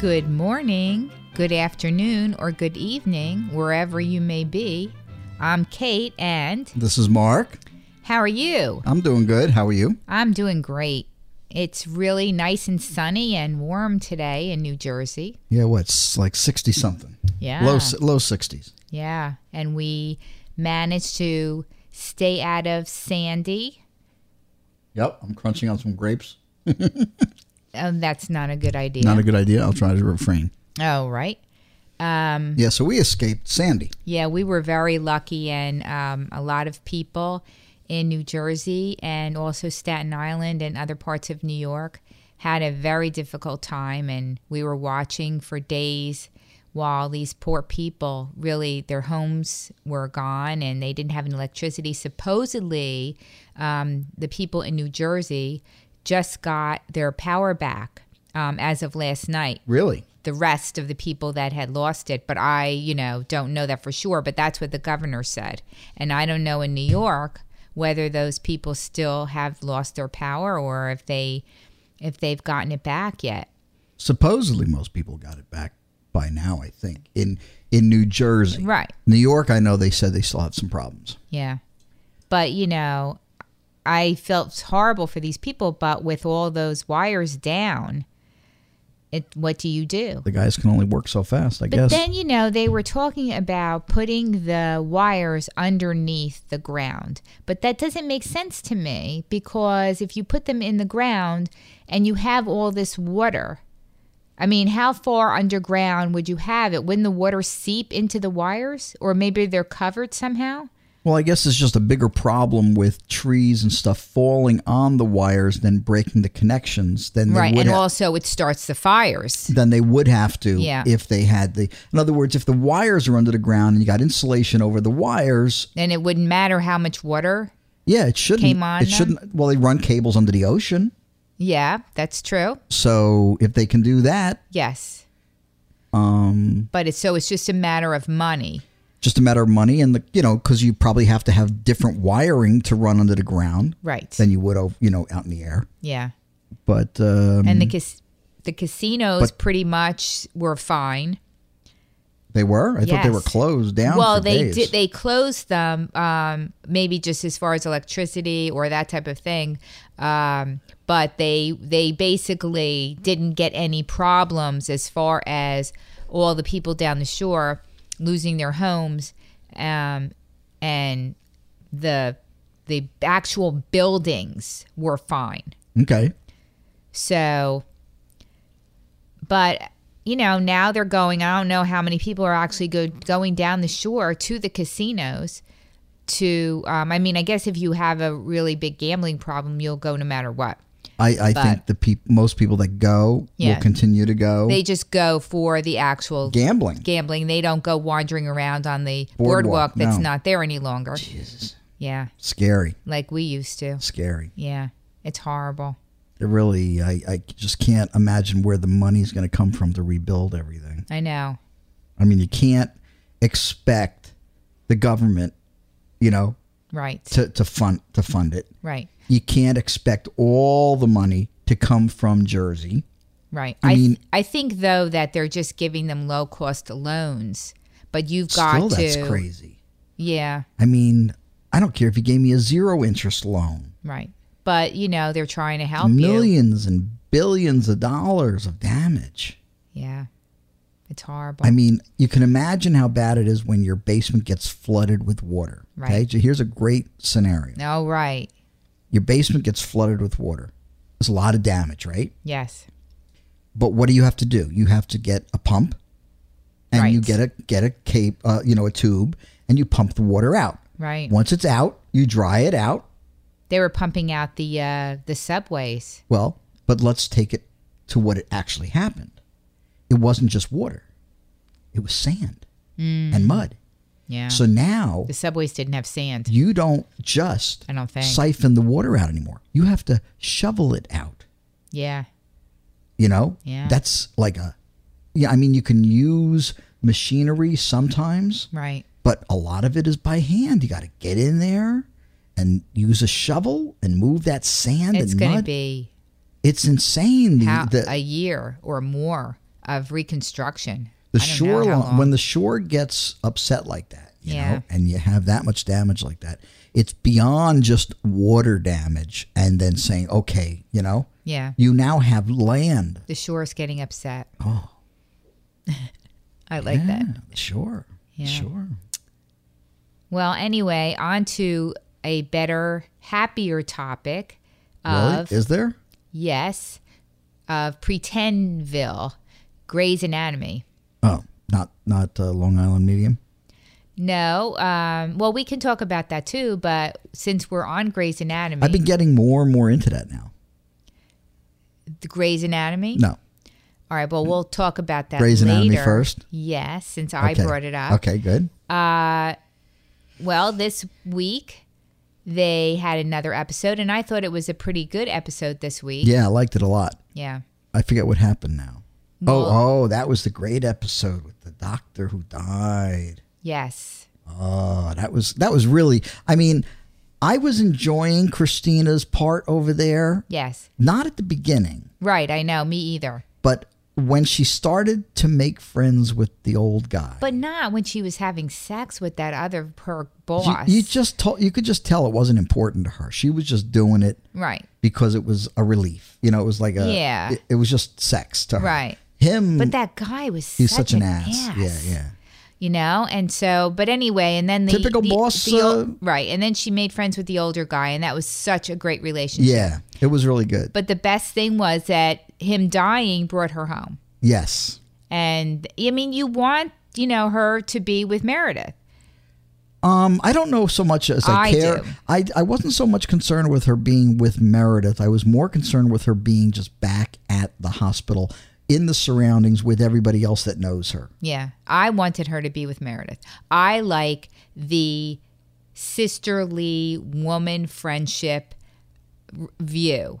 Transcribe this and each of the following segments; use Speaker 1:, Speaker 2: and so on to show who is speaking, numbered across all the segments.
Speaker 1: Good morning, good afternoon, or good evening, wherever you may be. I'm Kate, and
Speaker 2: This is Mark.
Speaker 1: how are you?
Speaker 2: I'm doing good. How are you?
Speaker 1: I'm doing great. It's really nice and sunny and warm today in New Jersey.
Speaker 2: Yeah, what's like 60 something.
Speaker 1: Yeah.
Speaker 2: Low low 60s.
Speaker 1: Yeah. And we managed to stay out of Sandy.
Speaker 2: Yep, I'm crunching on some grapes.
Speaker 1: Um, that's not a good idea.
Speaker 2: Not a good idea. I'll try to refrain.
Speaker 1: oh, right. Um,
Speaker 2: Yeah, so we escaped Sandy.
Speaker 1: Yeah, we were very lucky, and um, a lot of people in New Jersey and also Staten Island and other parts of New York had a very difficult time, and we were watching for days while these poor people really their homes were gone and they didn't have any electricity supposedly um, the people in new jersey just got their power back um, as of last night
Speaker 2: Really?
Speaker 1: the rest of the people that had lost it. But I, you know, don't know that for sure. But that's what the governor said. And I don't know in New York whether those people still have lost their power or if they if they've gotten it back yet.
Speaker 2: Supposedly most people got it back by now, I think. In in New Jersey.
Speaker 1: Right.
Speaker 2: New York, I know they said they still have some problems.
Speaker 1: Yeah. But, you know, I felt horrible for these people, but with all those wires down, it what do you do?
Speaker 2: The guys can only work so fast, I
Speaker 1: But
Speaker 2: guess.
Speaker 1: then, you know, they were talking about putting the wires underneath the ground. But that doesn't make sense to me because if you put them in the ground and you have all this water, I mean, how far underground would you have it? Wouldn't the water seep into the wires? Or maybe they're covered somehow?
Speaker 2: well, I guess it's just a bigger problem with trees and stuff falling on the wires than breaking the connections than they
Speaker 1: right.
Speaker 2: would
Speaker 1: And
Speaker 2: have.
Speaker 1: also, it starts the fires.
Speaker 2: than they would have to
Speaker 1: Yeah.
Speaker 2: if they had the. In other words, if the wires are under the ground and you got insulation over the wires,
Speaker 1: And it wouldn't matter how much water.
Speaker 2: yeah, it shouldn't.
Speaker 1: Came on
Speaker 2: it
Speaker 1: them?
Speaker 2: shouldn't. Well, they run cables under the ocean,
Speaker 1: Yeah, that's true.
Speaker 2: so if they can do that,
Speaker 1: Yes.
Speaker 2: um,
Speaker 1: But it's so it's just a matter of money.
Speaker 2: just a matter of money and the you know because you probably have to have different wiring to run under the ground
Speaker 1: Right.
Speaker 2: than you would over you know out in the air.
Speaker 1: yeah.
Speaker 2: But um,
Speaker 1: and the cas- the casinos
Speaker 2: But-
Speaker 1: pretty much were fine.
Speaker 2: they were. I thought they
Speaker 1: Yes.
Speaker 2: were closed down.
Speaker 1: Well,
Speaker 2: for
Speaker 1: they
Speaker 2: days.
Speaker 1: did. They closed them, um, maybe just as far as electricity or that type of thing. Um, but they they basically didn't get any problems as far as all the people down the shore losing their homes, um, and the the actual buildings were fine.
Speaker 2: okay.
Speaker 1: So, but you know, now they're going. I don't know how many people are actually go, going down the shore to the casinos. To, um, I mean, I guess if you have a really big gambling problem, you'll go no matter what.
Speaker 2: I, I think
Speaker 1: But-
Speaker 2: the peop- most people that go
Speaker 1: Yeah.
Speaker 2: will continue to go
Speaker 1: They just go for the actual
Speaker 2: gambling.
Speaker 1: gambling. They don't go wandering around on the
Speaker 2: Boardwalk,
Speaker 1: boardwalk, that's
Speaker 2: no.
Speaker 1: not there any longer.
Speaker 2: Jesus,
Speaker 1: Yeah,
Speaker 2: scary,
Speaker 1: like we used to.
Speaker 2: scary.
Speaker 1: Yeah, it's horrible.
Speaker 2: It really, I, I just can't imagine where the money's going to come from to rebuild everything.
Speaker 1: I know.
Speaker 2: I mean, you can't expect the government, you know,
Speaker 1: Right,
Speaker 2: to, to fund to fund it.
Speaker 1: right,
Speaker 2: You can't expect all the money to come from Jersey.
Speaker 1: right.
Speaker 2: I
Speaker 1: I, th-
Speaker 2: mean-
Speaker 1: I think though that they're just giving them low cost loans, but you've got
Speaker 2: Still,
Speaker 1: to
Speaker 2: that's crazy.
Speaker 1: Yeah,
Speaker 2: I mean, I don't care if you gave me a zero interest loan.
Speaker 1: right. But you know they're trying to help you.
Speaker 2: Millions and billions of dollars of damage.
Speaker 1: Yeah, it's horrible.
Speaker 2: I mean, you can imagine how bad it is when your basement gets flooded with water. Okay,
Speaker 1: Right.
Speaker 2: so here's a great scenario.
Speaker 1: oh right.
Speaker 2: Your basement gets flooded with water. There's a lot of damage, right?
Speaker 1: Yes.
Speaker 2: But what do you have to do? You have to get a pump, and you
Speaker 1: Right.
Speaker 2: get a get a cape, uh, you know, a tube, and you pump the water out.
Speaker 1: Right.
Speaker 2: Once it's out, you dry it out.
Speaker 1: They were pumping out the uh, the subways.
Speaker 2: Well, but let's take it to what it actually happened. It wasn't just water; it was sand and mud.
Speaker 1: Mm, Yeah.
Speaker 2: So now
Speaker 1: the subways didn't have sand.
Speaker 2: you don't just
Speaker 1: I don't think.
Speaker 2: siphon the water out anymore. You have to shovel it out.
Speaker 1: Yeah.
Speaker 2: You know,
Speaker 1: Yeah.
Speaker 2: that's like a yeah. I mean, you can use machinery sometimes,
Speaker 1: Right.
Speaker 2: but a lot of it is by hand. You got to get in there and use a shovel and move that sand
Speaker 1: It's
Speaker 2: and
Speaker 1: going to
Speaker 2: mud.
Speaker 1: be
Speaker 2: it's insane. The,
Speaker 1: how,
Speaker 2: the-
Speaker 1: a year or more of reconstruction. I
Speaker 2: The
Speaker 1: don't know how
Speaker 2: shore
Speaker 1: long.
Speaker 2: when the shore gets upset like that, you
Speaker 1: Yeah.
Speaker 2: know, and you have that much damage like that, it's beyond just water damage and then saying, okay, you know,
Speaker 1: yeah,
Speaker 2: you now have land.
Speaker 1: the shore's getting upset.
Speaker 2: Oh,
Speaker 1: I like that.
Speaker 2: Sure.
Speaker 1: Yeah.
Speaker 2: Sure.
Speaker 1: Well, anyway, on to a better, happier topic
Speaker 2: Really?
Speaker 1: of
Speaker 2: Is there?
Speaker 1: yes, of Pretendville, Grey's Anatomy.
Speaker 2: Oh, not not uh, Long Island Medium.
Speaker 1: No, um, well, we can talk about that too, but since we're on Grey's Anatomy,
Speaker 2: I've been getting more and more into that now.
Speaker 1: the Grey's Anatomy.
Speaker 2: No,
Speaker 1: All right, well, we'll talk about that
Speaker 2: Grey's
Speaker 1: later.
Speaker 2: Anatomy first?
Speaker 1: Yes, since I brought it up.
Speaker 2: Okay, good.
Speaker 1: Uh, Well, this week they had another episode, and I thought it was a pretty good episode this week.
Speaker 2: Yeah, I liked it a lot.
Speaker 1: Yeah.
Speaker 2: I forget what happened now.
Speaker 1: Well-
Speaker 2: oh, oh, that was the great episode with the doctor who died.
Speaker 1: Yes.
Speaker 2: Oh, that was that was really. I mean, I was enjoying Christina's part over there.
Speaker 1: Yes.
Speaker 2: Not at the beginning,
Speaker 1: Right. I know. Me either.
Speaker 2: but when she started to make friends with the old guy.
Speaker 1: But not when she was having sex with that other her
Speaker 2: you,
Speaker 1: boss.
Speaker 2: you just told, you could just tell it wasn't important to her. She was just doing it
Speaker 1: right.
Speaker 2: because it was a relief. You know, it was like a
Speaker 1: Yeah.
Speaker 2: It, it was just sex to her.
Speaker 1: Right.
Speaker 2: Him.
Speaker 1: But that guy was
Speaker 2: he's
Speaker 1: such,
Speaker 2: Mm. such an, ass. Yeah. Yeah.
Speaker 1: You know, and so, but anyway, and then the
Speaker 2: Typical
Speaker 1: the-
Speaker 2: boss,
Speaker 1: the ol-
Speaker 2: uh,
Speaker 1: right? And then she made friends with the older guy, and that was such a great relationship.
Speaker 2: Yeah. It was really good.
Speaker 1: But the best thing was that him dying brought her home.
Speaker 2: Yes.
Speaker 1: And I mean, you want, you know, her to be with Meredith.
Speaker 2: Um, I don't know so much as I,
Speaker 1: I
Speaker 2: care.
Speaker 1: do.
Speaker 2: I I wasn't so much concerned with her being with Meredith. I was more concerned with her being just back at the hospital in the surroundings with everybody else that knows her.
Speaker 1: Yeah. I wanted her to be with Meredith. I like the sisterly woman friendship r- view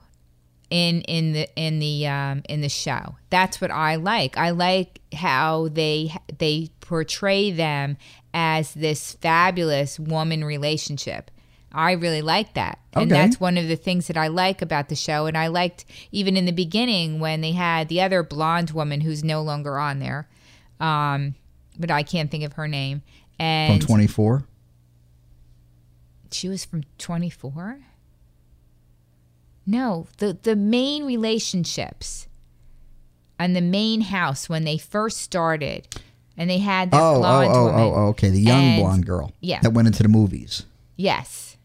Speaker 1: in in the in the um in the show. That's what I like. I like how they they portray them as this fabulous woman relationship. I really like that. And
Speaker 2: Okay.
Speaker 1: that's one of the things that I like about the show and I liked even in the beginning when they had the other blonde woman who's no longer on there. Um but I can't think of her name.
Speaker 2: From
Speaker 1: And
Speaker 2: twenty four,
Speaker 1: she was from 24 no the the main relationships and the main house when they first started and they had that
Speaker 2: oh, oh,
Speaker 1: blonde
Speaker 2: oh,
Speaker 1: woman
Speaker 2: oh, oh, okay, the young
Speaker 1: And-
Speaker 2: blonde girl,
Speaker 1: yeah.
Speaker 2: that went into the movies.
Speaker 1: yes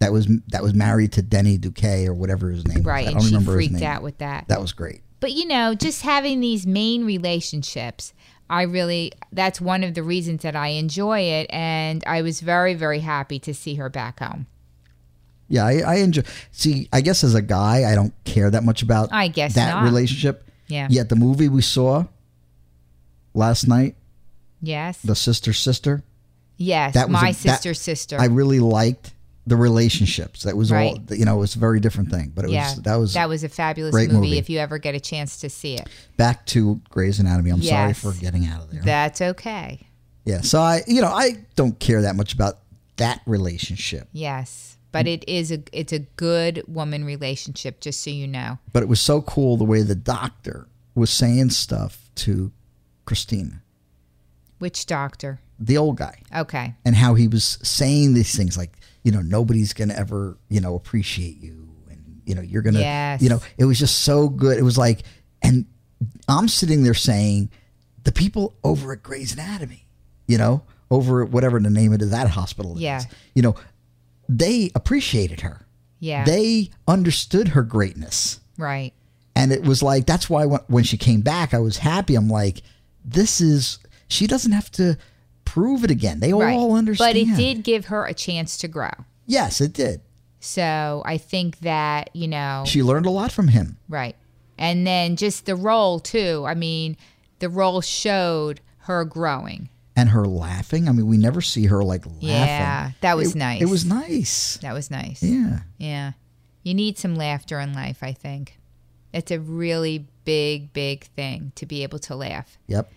Speaker 2: That was that was married to Denny Duque or whatever his name.
Speaker 1: right
Speaker 2: was. I
Speaker 1: and
Speaker 2: don't
Speaker 1: she
Speaker 2: remember his
Speaker 1: freaked
Speaker 2: name.
Speaker 1: out with that
Speaker 2: That was great.
Speaker 1: but you know just having these main relationships i really that's one of the reasons that i enjoy it and i was very very happy to see her back home
Speaker 2: Yeah, I, I enjoy. See, I guess as a guy, I don't care that much about.
Speaker 1: I guess
Speaker 2: that
Speaker 1: not.
Speaker 2: relationship.
Speaker 1: Yeah.
Speaker 2: Yet the movie we saw last night,
Speaker 1: yes
Speaker 2: the sister sister,
Speaker 1: yes
Speaker 2: that was
Speaker 1: my
Speaker 2: a- that-
Speaker 1: sister's sister
Speaker 2: I really liked the relationships. That was
Speaker 1: Right.
Speaker 2: all. You know, it was a very different thing, but it
Speaker 1: yeah,
Speaker 2: was that was
Speaker 1: a fabulous
Speaker 2: great
Speaker 1: movie,
Speaker 2: movie.
Speaker 1: If you ever get a chance to see it,
Speaker 2: back to Grey's Anatomy. I'm sorry
Speaker 1: Yes.
Speaker 2: for getting out of there.
Speaker 1: that's okay.
Speaker 2: yeah. So I, you know, I don't care that much about that relationship,
Speaker 1: Yes, but
Speaker 2: Mm.
Speaker 1: it is a it's a good woman relationship. Just so you know,
Speaker 2: but it was so cool the way the doctor was saying stuff to Christina,
Speaker 1: which doctor?
Speaker 2: the old guy.
Speaker 1: Okay,
Speaker 2: and how he was saying these things like you know nobody's gonna ever you know appreciate you and you know you're gonna
Speaker 1: Yes.
Speaker 2: you know it was just so good it was like and i'm sitting there saying the people over at gray's anatomy you know over at whatever the name of that hospital is
Speaker 1: Yeah.
Speaker 2: you know they appreciated her
Speaker 1: yeah,
Speaker 2: they understood her greatness
Speaker 1: right.
Speaker 2: and it was like that's why when, when she came back i was happy i'm like this is she doesn't have to prove it again they
Speaker 1: Right.
Speaker 2: all understand
Speaker 1: But it did give her a chance to grow.
Speaker 2: Yes, it did.
Speaker 1: So I think that, you know,
Speaker 2: She learned a lot from him.
Speaker 1: Right. And then just the role, too. I mean, the role showed her growing.
Speaker 2: And her laughing. I mean, we never see her like laughing.
Speaker 1: Yeah. That was
Speaker 2: it,
Speaker 1: nice.
Speaker 2: It was nice.
Speaker 1: That was nice.
Speaker 2: Yeah.
Speaker 1: Yeah. You need some laughter in life, I think. It's a really big, big thing to be able to laugh.
Speaker 2: Yep.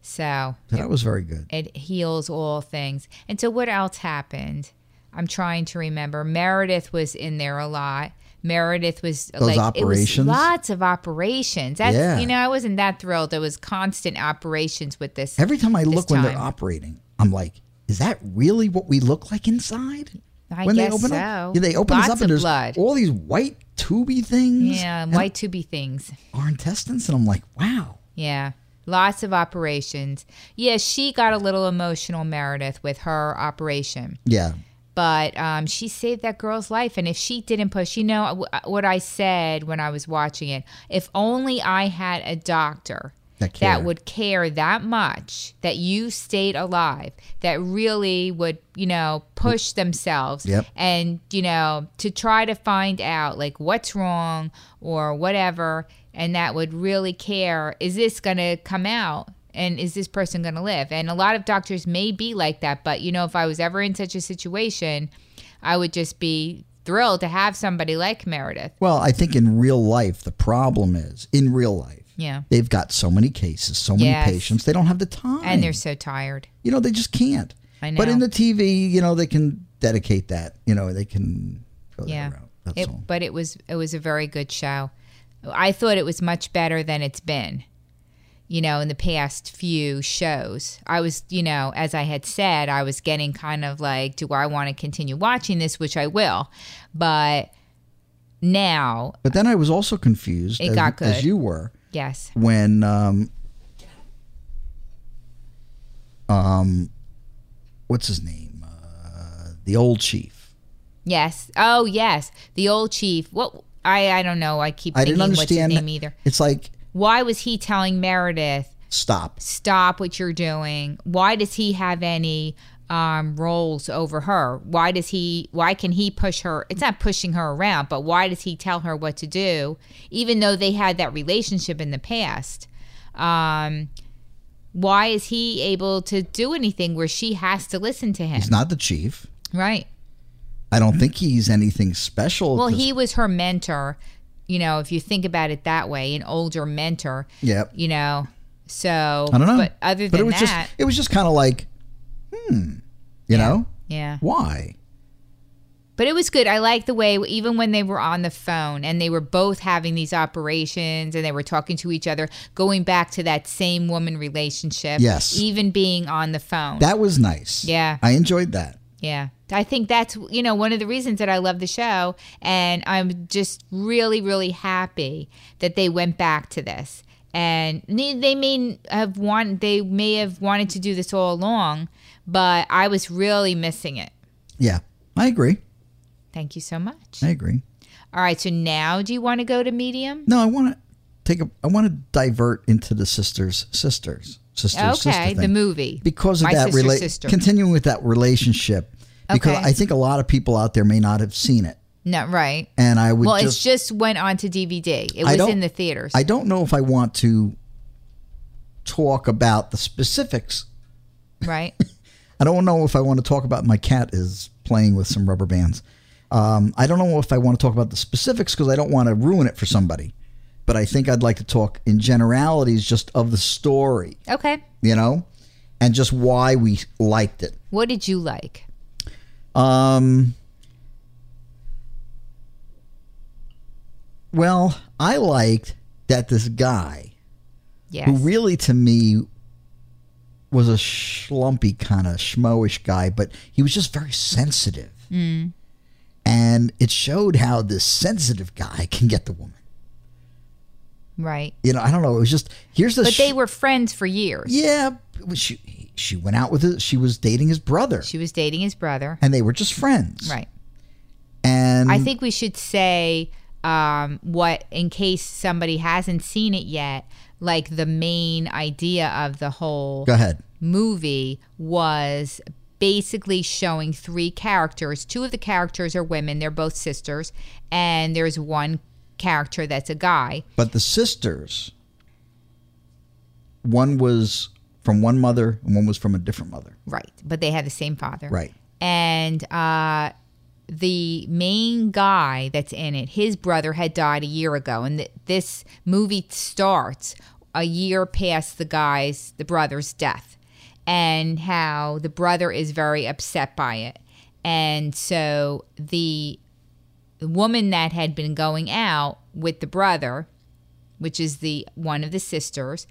Speaker 1: So
Speaker 2: That was very good.
Speaker 1: it heals all things. And so, what else happened? I'm trying to remember. Meredith was in there a lot. Meredith was
Speaker 2: Those
Speaker 1: like
Speaker 2: operations?
Speaker 1: It was lots of operations. That's
Speaker 2: Yeah.
Speaker 1: you know, I wasn't that thrilled. There was constant operations with this.
Speaker 2: Every time I look when they're
Speaker 1: time.
Speaker 2: operating, I'm like, is that really what we look like inside?
Speaker 1: I
Speaker 2: when they
Speaker 1: guess
Speaker 2: open
Speaker 1: so.
Speaker 2: up, yeah, they open us
Speaker 1: Lots
Speaker 2: up and
Speaker 1: of
Speaker 2: there's
Speaker 1: blood.
Speaker 2: all these white tubey things.
Speaker 1: yeah,
Speaker 2: and
Speaker 1: white tubey things.
Speaker 2: our intestines, and I'm like, wow.
Speaker 1: Yeah. Lots of operations. Yeah, she got a little emotional, Meredith, with her operation.
Speaker 2: Yeah,
Speaker 1: But um, she saved that girl's life. And if she didn't push, you know w- what I said when I was watching it? If only I had a doctor
Speaker 2: That cared.
Speaker 1: would care that much, that you stayed alive, that really would, you know, push themselves
Speaker 2: Yep.
Speaker 1: and, you know, to try to find out like what's wrong or whatever, and that would really care is this going to come out? And is this person going to live? And a lot of doctors may be like that, but, you know, if I was ever in such a situation, I would just be thrilled to have somebody like Meredith.
Speaker 2: Well, I think in real life, the problem is in real life,
Speaker 1: Yeah.
Speaker 2: they've got so many cases, so many
Speaker 1: Yes.
Speaker 2: patients, they don't have the time.
Speaker 1: And they're so tired.
Speaker 2: you know, they just can't.
Speaker 1: I
Speaker 2: But in
Speaker 1: know.
Speaker 2: the TV, you know, they can dedicate that. You know, they can go
Speaker 1: Yeah.
Speaker 2: that route. That's
Speaker 1: It,
Speaker 2: all.
Speaker 1: but it was it was a very good show. I thought it was much better than it's been. You know, in the past few shows, I was, you know, as I had said, I was getting kind of like, do I want to continue watching this? Which I will, but now,
Speaker 2: But then I was also confused,
Speaker 1: It
Speaker 2: as,
Speaker 1: got good.
Speaker 2: as you were,
Speaker 1: yes,
Speaker 2: when um, um, what's his name? Uh, the old chief.
Speaker 1: yes, oh yes, the old chief. What I I don't know. I keep
Speaker 2: I
Speaker 1: thinking
Speaker 2: didn't
Speaker 1: what's his
Speaker 2: understand.
Speaker 1: name either.
Speaker 2: It's like
Speaker 1: Why was he telling Meredith
Speaker 2: stop.
Speaker 1: stop what you're doing why does he have any um, roles over her why does he why can he push her it's not pushing her around but why does he tell her what to do even though they had that relationship in the past um, why is he able to do anything where she has to listen to him
Speaker 2: He's not the chief.
Speaker 1: right
Speaker 2: I don't think he's anything special.
Speaker 1: well
Speaker 2: 'cause-
Speaker 1: he was her mentor you know if you think about it that way an older mentor
Speaker 2: Yep.
Speaker 1: you know so
Speaker 2: I don't know.
Speaker 1: but other than
Speaker 2: but it was
Speaker 1: that
Speaker 2: just it was just kind of like, hmm, you know,
Speaker 1: yeah
Speaker 2: why?
Speaker 1: But it was good. I like the way, even when they were on the phone and they were both having these operations and they were talking to each other, going back to that same woman relationship.
Speaker 2: Yes.
Speaker 1: Even being on the phone.
Speaker 2: That was nice.
Speaker 1: Yeah.
Speaker 2: I enjoyed that.
Speaker 1: yeah. I think that's, you know, one of the reasons that I love the show. And I'm just really, really happy that they went back to this. And they they may have want, they may have wanted to do this all along, but I was really missing it.
Speaker 2: Yeah, I agree.
Speaker 1: Thank you so much.
Speaker 2: I agree.
Speaker 1: All right, so now do you want to go to medium?
Speaker 2: No, I want to take a. I want to divert into the sisters, sisters, sisters,
Speaker 1: okay,
Speaker 2: sister
Speaker 1: the
Speaker 2: thing.
Speaker 1: movie.
Speaker 2: because of
Speaker 1: My
Speaker 2: that
Speaker 1: sister,
Speaker 2: rela-
Speaker 1: sister.
Speaker 2: continuing with that relationship. Because
Speaker 1: Okay.
Speaker 2: I think a lot of people out there may not have seen it,
Speaker 1: no, right.
Speaker 2: and I would
Speaker 1: Well, it's
Speaker 2: just,
Speaker 1: just went on to DVD. It
Speaker 2: I
Speaker 1: was
Speaker 2: don't-
Speaker 1: in the theaters.
Speaker 2: I don't know if I want to talk about the specifics.
Speaker 1: right?
Speaker 2: I don't know if I want to talk about my cat is playing with some rubber bands. Um, I don't know if I want to talk about the specifics because I don't want to ruin it for somebody. But I think I'd like to talk in generalities just of the story.
Speaker 1: Okay.
Speaker 2: you know, and just why we liked it.
Speaker 1: What did you like?
Speaker 2: Um, well, I liked that this guy,
Speaker 1: Yes.
Speaker 2: who really to me was a schlumpy kind of schmoish guy, but he was just very sensitive.
Speaker 1: Hmm.
Speaker 2: And it showed how this sensitive guy can get the woman.
Speaker 1: right.
Speaker 2: You know, I don't know. It was just here's the.
Speaker 1: But
Speaker 2: sh-
Speaker 1: they were friends for years.
Speaker 2: yeah, she she went out with it. She was dating his brother,
Speaker 1: She was dating his brother.
Speaker 2: and they were just friends.
Speaker 1: Right.
Speaker 2: And
Speaker 1: I think we should say um, what, in case somebody hasn't seen it yet, like the main idea of the whole
Speaker 2: go ahead.
Speaker 1: movie was basically showing three characters. Two of the characters are women, they're both sisters, and there's one character that's a guy.
Speaker 2: But the sisters, one was from one mother and one was from a different mother.
Speaker 1: Right. But they had the same father.
Speaker 2: Right.
Speaker 1: And uh the main guy that's in it, his brother had died a year ago, and th- this movie starts a year past the guy's, the brother's death, and how the brother is very upset by it. And so the the woman that had been going out with the brother, which is the one of the sisters,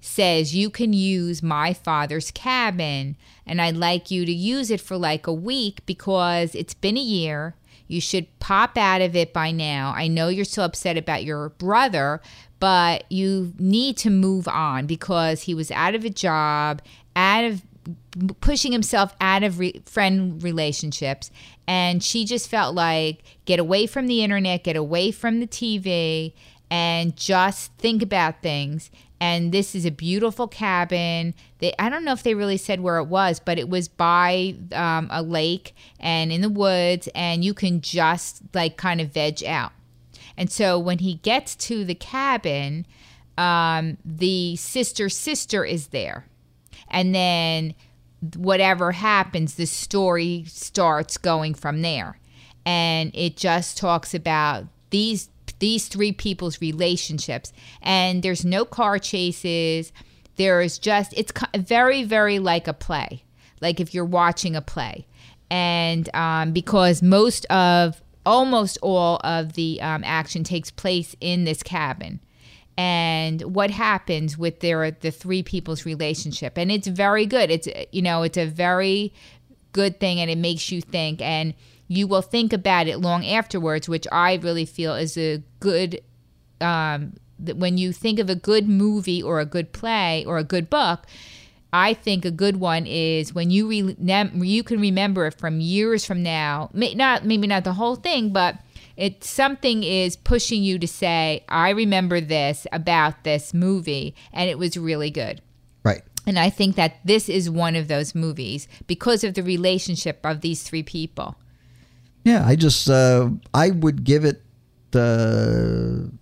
Speaker 1: says you can use my father's cabin and I'd like you to use it for like a week because it's been a year. You should pop out of it by now. I know you're so upset about your brother, but you need to move on because he was out of a job, out of pushing himself out of re- friend relationships and she just felt like get away from the internet get away from the tv and just think about things and this is a beautiful cabin they i don't know if they really said where it was but it was by um, a lake and in the woods and you can just like kind of veg out and so when he gets to the cabin um, the sister sister is there and then whatever happens the story starts going from there and it just talks about these these three people's relationships and there's no car chases there is just it's very very like a play like if you're watching a play and um, because most of almost all of the um, action takes place in this cabin and what happens with their the three people's relationship and it's very good it's you know it's a very good thing and it makes you think and you will think about it long afterwards which i really feel is a good um, when you think of a good movie or a good play or a good book I think a good one is when you re- you can remember it from years from now. May, not maybe not the whole thing, but it something is pushing you to say i remember this about this movie and it was really good
Speaker 2: right
Speaker 1: and i think that this is one of those movies because of the relationship of these three people
Speaker 2: yeah i just uh, i would give it the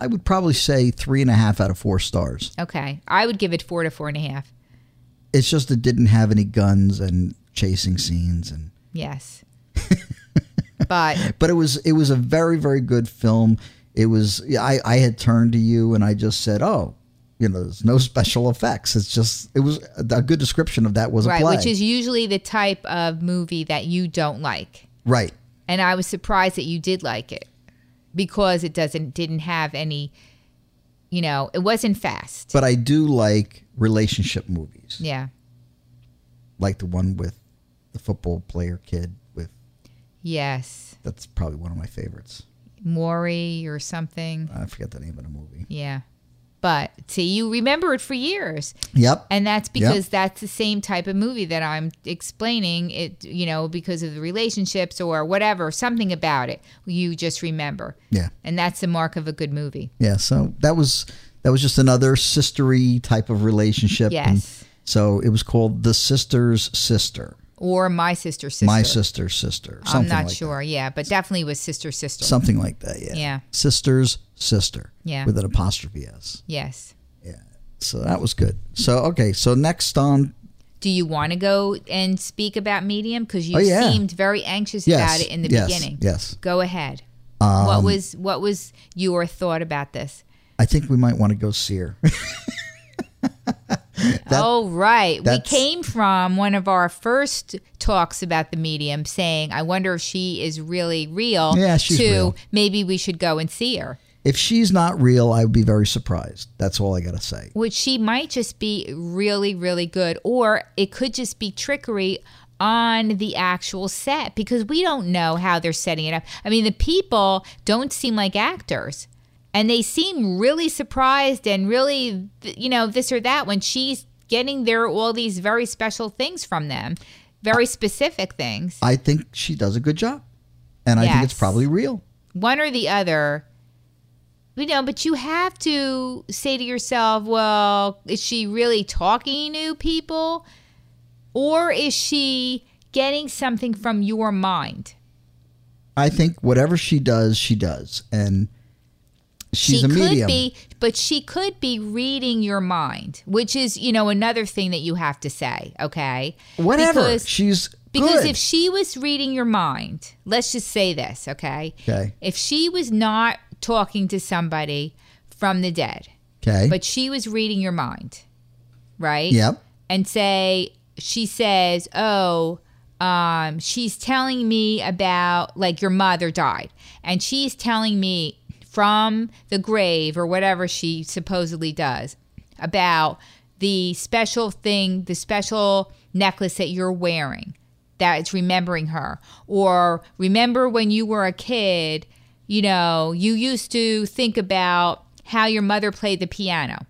Speaker 2: i would probably say three and a half out of four stars
Speaker 1: okay i would give it four to four and a half
Speaker 2: it's just it didn't have any guns and chasing scenes and
Speaker 1: yes but
Speaker 2: but it was it was a very very good film it was i i had turned to you and i just said oh you know there's no special effects it's just it was a good description of that was
Speaker 1: right
Speaker 2: a play.
Speaker 1: which is usually the type of movie that you don't like
Speaker 2: right
Speaker 1: and i was surprised that you did like it because it doesn't didn't have any you know it wasn't fast
Speaker 2: but i do like relationship movies
Speaker 1: yeah
Speaker 2: like the one with the football player kid
Speaker 1: Yes.
Speaker 2: That's probably one of my favorites.
Speaker 1: Maury or something.
Speaker 2: I forget the name of the movie.
Speaker 1: Yeah. But see, you remember it for years.
Speaker 2: Yep.
Speaker 1: And that's because yep. that's the same type of movie that I'm explaining it, you know, because of the relationships or whatever, something about it. You just remember.
Speaker 2: Yeah.
Speaker 1: And that's the mark of a good movie.
Speaker 2: Yeah. So that was that was just another sistery type of relationship.
Speaker 1: Yes.
Speaker 2: And so it was called The Sister's Sister
Speaker 1: or my sister's sister.
Speaker 2: My sister's sister.
Speaker 1: I'm not
Speaker 2: like
Speaker 1: sure.
Speaker 2: That.
Speaker 1: Yeah, but definitely was sister sister.
Speaker 2: Something like that. Yeah.
Speaker 1: Yeah.
Speaker 2: Sister's sister.
Speaker 1: Yeah.
Speaker 2: With an apostrophe s.
Speaker 1: Yes.
Speaker 2: Yeah. So that was good. So okay. So next on.
Speaker 1: Do you want to go and speak about medium because you oh, yeah. seemed very anxious
Speaker 2: yes.
Speaker 1: about it in the
Speaker 2: yes.
Speaker 1: beginning?
Speaker 2: Yes. Uh,
Speaker 1: Go ahead. Um, what was what was your thought about this?
Speaker 2: I think we might want to go see her.
Speaker 1: That, oh, right. We came from one of our first talks about the medium saying, I wonder if she is really real.
Speaker 2: Yeah, she's
Speaker 1: to,
Speaker 2: real.
Speaker 1: maybe we should go and see her.
Speaker 2: If she's not real, I would be very surprised. That's all I got to say.
Speaker 1: Which she might just be really, really good, or it could just be trickery on the actual set because we don't know how they're setting it up. I mean, the people don't seem like actors and they seem really surprised and really you know this or that when she's getting there all these very special things from them very specific things
Speaker 2: i think she does a good job and yes. i think it's probably real
Speaker 1: one or the other you know but you have to say to yourself well is she really talking to people or is she getting something from your mind
Speaker 2: i think whatever she does she does and She's
Speaker 1: she could
Speaker 2: medium.
Speaker 1: be but she could be reading your mind which is you know another thing that you have to say okay
Speaker 2: whatever because, she's
Speaker 1: because
Speaker 2: good.
Speaker 1: if she was reading your mind let's just say this okay
Speaker 2: okay
Speaker 1: if she was not talking to somebody from the dead
Speaker 2: okay
Speaker 1: but she was reading your mind right
Speaker 2: yep
Speaker 1: and say she says oh um, she's telling me about like your mother died, and she's telling me from the grave or whatever she supposedly does about the special thing, the special necklace that you're wearing that's remembering her, or remember when you were a kid, you know, you used to think about how your mother played the piano.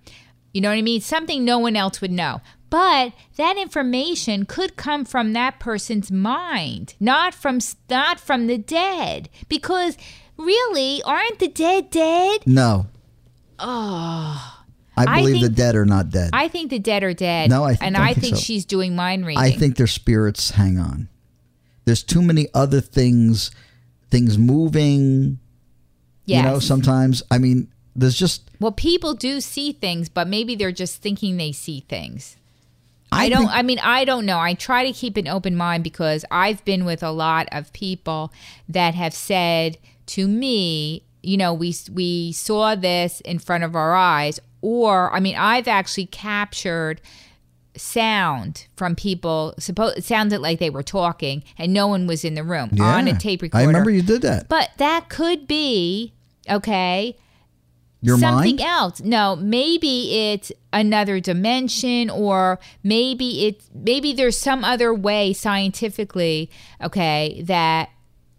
Speaker 1: You know what I mean? Something no one else would know. But that information could come from that person's mind, not from not from the dead, because really, aren't the dead dead?
Speaker 2: No,
Speaker 1: Oh, I
Speaker 2: I believe the
Speaker 1: think-
Speaker 2: dead are not dead. I,
Speaker 1: I think the dead are dead.
Speaker 2: No, I th-
Speaker 1: and
Speaker 2: don't
Speaker 1: I
Speaker 2: think
Speaker 1: think
Speaker 2: so.
Speaker 1: she's doing mind reading.
Speaker 2: think their spirits hang on. There's too many other things, things moving.
Speaker 1: yes.
Speaker 2: You know, sometimes I mean, there's just
Speaker 1: well, people do see things, but maybe they're just thinking they see things. I, don't.
Speaker 2: think-
Speaker 1: I mean, I don't know. I try to keep an open mind because I've been with a lot of people that have said to me, you know, we we saw this in front of our eyes, or I mean, I've actually captured sound from people. Suppose it sounded like they were talking, and no one was in the room on a
Speaker 2: Yeah.
Speaker 1: tape
Speaker 2: I
Speaker 1: recorder.
Speaker 2: remember you did that.
Speaker 1: but that could be okay
Speaker 2: Your
Speaker 1: something
Speaker 2: mind.
Speaker 1: else. No, maybe it's another dimension or maybe it's maybe there's some other way scientifically, okay, that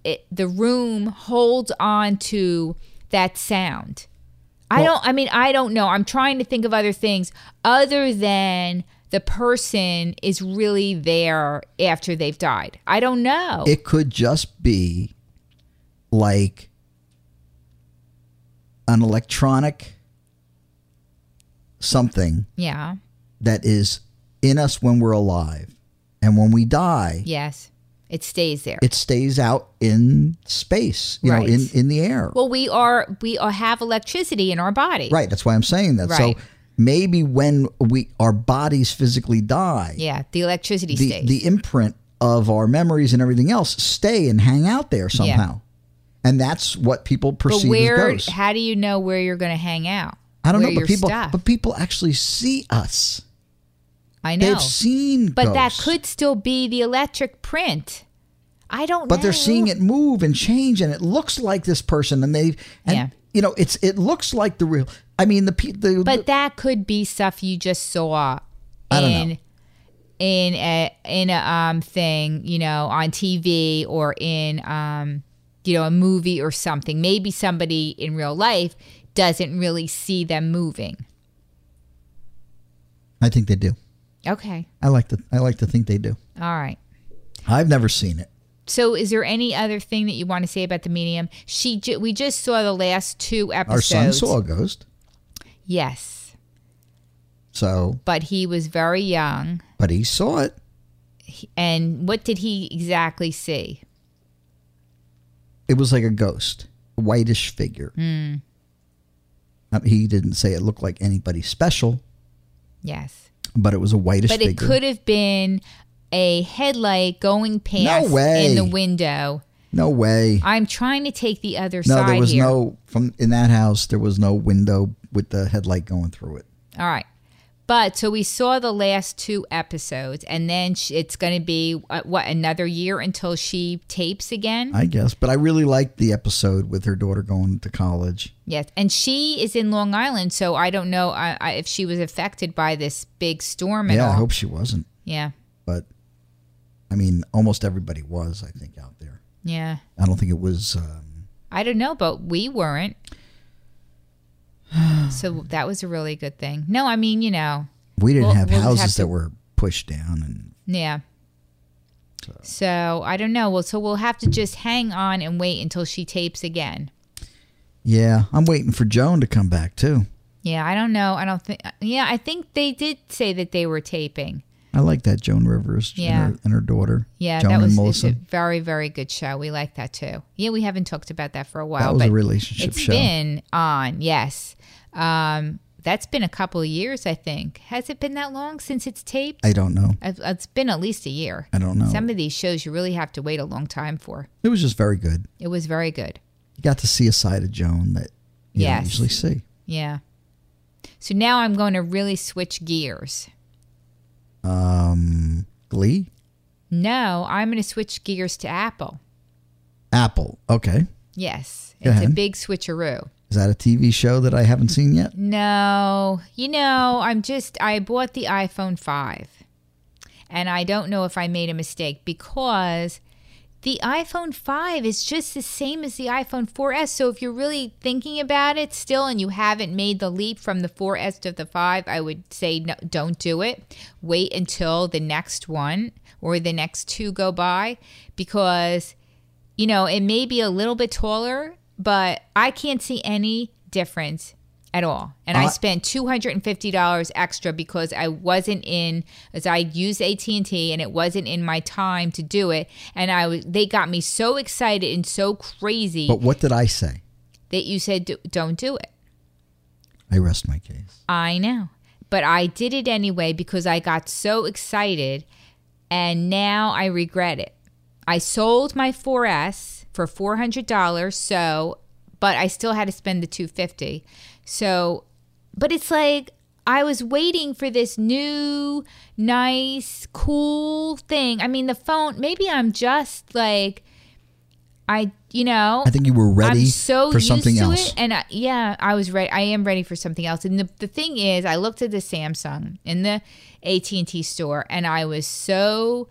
Speaker 1: it, the room holds on to that sound. I don't I mean I don't know. I'm trying to think of other things other than the person is really there after they've died. I don't know.
Speaker 2: It could just be like an electronic something
Speaker 1: yeah.
Speaker 2: that is in us when we're alive, and when we die,
Speaker 1: Yes. It stays there.
Speaker 2: it stays out in space. You
Speaker 1: Right.
Speaker 2: know, in in the air.
Speaker 1: Well, we are we all have electricity in our body.
Speaker 2: Right. That's why I'm saying that.
Speaker 1: Right.
Speaker 2: So maybe when we our bodies physically die,
Speaker 1: Yeah, the electricity
Speaker 2: the
Speaker 1: stays.
Speaker 2: the imprint of our memories and everything else stay and hang out there somehow. And that's what people
Speaker 1: but
Speaker 2: perceive as
Speaker 1: where?
Speaker 2: ghosts.
Speaker 1: How do you know where you're going to hang out?
Speaker 2: I don't
Speaker 1: where
Speaker 2: know, but
Speaker 1: you're
Speaker 2: people
Speaker 1: stuck?
Speaker 2: but people actually see us.
Speaker 1: I know.
Speaker 2: They've seen
Speaker 1: But that
Speaker 2: ghosts.
Speaker 1: could still be the electric print. I don't.
Speaker 2: but they're seeing it move and change and it looks like this person and they and
Speaker 1: Yeah.
Speaker 2: you know it's it looks like the real I mean the pe- the
Speaker 1: But that could be stuff you just saw
Speaker 2: I don't
Speaker 1: in
Speaker 2: know.
Speaker 1: in a in a um thing, you know, on TV or in um you know a movie or something. Maybe somebody in real life doesn't really see them moving.
Speaker 2: I think they do.
Speaker 1: Okay.
Speaker 2: I like to I like to think they do.
Speaker 1: All right.
Speaker 2: I've never seen it.
Speaker 1: So, is there any other thing that you want to say about the medium? She, ju- we just saw the last two
Speaker 2: Our
Speaker 1: episodes.
Speaker 2: son saw a ghost.
Speaker 1: Yes,
Speaker 2: So,
Speaker 1: but he was very young.
Speaker 2: but he saw it.
Speaker 1: And what did he exactly see?
Speaker 2: It was like a ghost, a whitish figure.
Speaker 1: Hmm.
Speaker 2: Uh, He didn't say it looked like anybody special,
Speaker 1: Yes,
Speaker 2: but it was a whitish
Speaker 1: but
Speaker 2: figure.
Speaker 1: it could have been a headlight going past
Speaker 2: way.
Speaker 1: in the window.
Speaker 2: no way.
Speaker 1: I'm trying to take the other
Speaker 2: No,
Speaker 1: side
Speaker 2: there was
Speaker 1: here.
Speaker 2: no from in that house. There was no window with the headlight going through it.
Speaker 1: All right. But so we saw the last two episodes, and then sh it's going to be uh, what another year until she tapes again.
Speaker 2: I guess, but I really liked the episode with her daughter going to college.
Speaker 1: Yes, and she is in Long Island, so I don't know I, I, if she was affected by this big storm at
Speaker 2: yeah,
Speaker 1: all.
Speaker 2: I hope she wasn't,
Speaker 1: yeah,
Speaker 2: but I mean, almost everybody was. I think out there.
Speaker 1: yeah.
Speaker 2: I don't think it was. Um,
Speaker 1: I don't know, but we weren't. so that was a really good thing. No, I mean, you know,
Speaker 2: we didn't
Speaker 1: Well,
Speaker 2: have
Speaker 1: we'll just have
Speaker 2: houses
Speaker 1: to-
Speaker 2: that were pushed down and
Speaker 1: yeah. So. I don't know. Well, so we'll have to just hang on and wait until she tapes again.
Speaker 2: Yeah, I'm waiting for Joan to come back too.
Speaker 1: Yeah, I don't know. I don't think. Yeah, I think they did say that they were taping.
Speaker 2: I like that Joan Rivers
Speaker 1: Yeah.
Speaker 2: and, her, and her daughter.
Speaker 1: Yeah,
Speaker 2: Joan
Speaker 1: that was
Speaker 2: and
Speaker 1: it's
Speaker 2: Melissa.
Speaker 1: a very, very good show. We like that too. Yeah, we haven't talked about that for a while.
Speaker 2: that was
Speaker 1: but
Speaker 2: a relationship
Speaker 1: It's
Speaker 2: show.
Speaker 1: been on yes um that's been a couple of years i think has it been that long since it's taped
Speaker 2: I don't know.
Speaker 1: I've- it's been at least a year
Speaker 2: I don't know.
Speaker 1: some of these shows you really have to wait a long time for
Speaker 2: it was just very good.
Speaker 1: it was very good
Speaker 2: You got to see a side of Joan that you
Speaker 1: Yes.
Speaker 2: don't usually see.
Speaker 1: yeah so now i'm going to really switch gears
Speaker 2: Um, Glee.
Speaker 1: No, I'm going to switch gears to Apple.
Speaker 2: Apple. Okay.
Speaker 1: Yes,
Speaker 2: Go
Speaker 1: it's a
Speaker 2: ahead.
Speaker 1: big switcheroo.
Speaker 2: Is that a TV show that I haven't seen yet?
Speaker 1: No, you know, I'm just, I bought the iPhone 5 and I don't know if I made a mistake because the iPhone 5 is just the same as the iPhone 4S. So if you're really thinking about it still and you haven't made the leap from the 4S to the 5, I would say no, don't do it. Wait until the next one or the next two go by because you know, it may be a little bit taller, but I can't see any difference at all. And I
Speaker 2: Uh,
Speaker 1: spent $250 extra because I wasn't in as I used AT&T and it wasn't in my time to do it and I was they got me so excited and so crazy
Speaker 2: But what did I say?
Speaker 1: that you said "Do- don't do it.
Speaker 2: I rest my case.
Speaker 1: I know. But I did it anyway because I got so excited and now I regret it. I sold my 4S for $400, so but I still had to spend the 250. So, but it's like I was waiting for this new nice cool thing. I mean, the phone, maybe I'm just like I, you know,
Speaker 2: I think you were ready
Speaker 1: I'm so
Speaker 2: for
Speaker 1: used
Speaker 2: something
Speaker 1: to
Speaker 2: else.
Speaker 1: It, and I, yeah, I was ready. I am ready for something else. And the, the thing is, I looked at the Samsung in the AT and T store, and I was so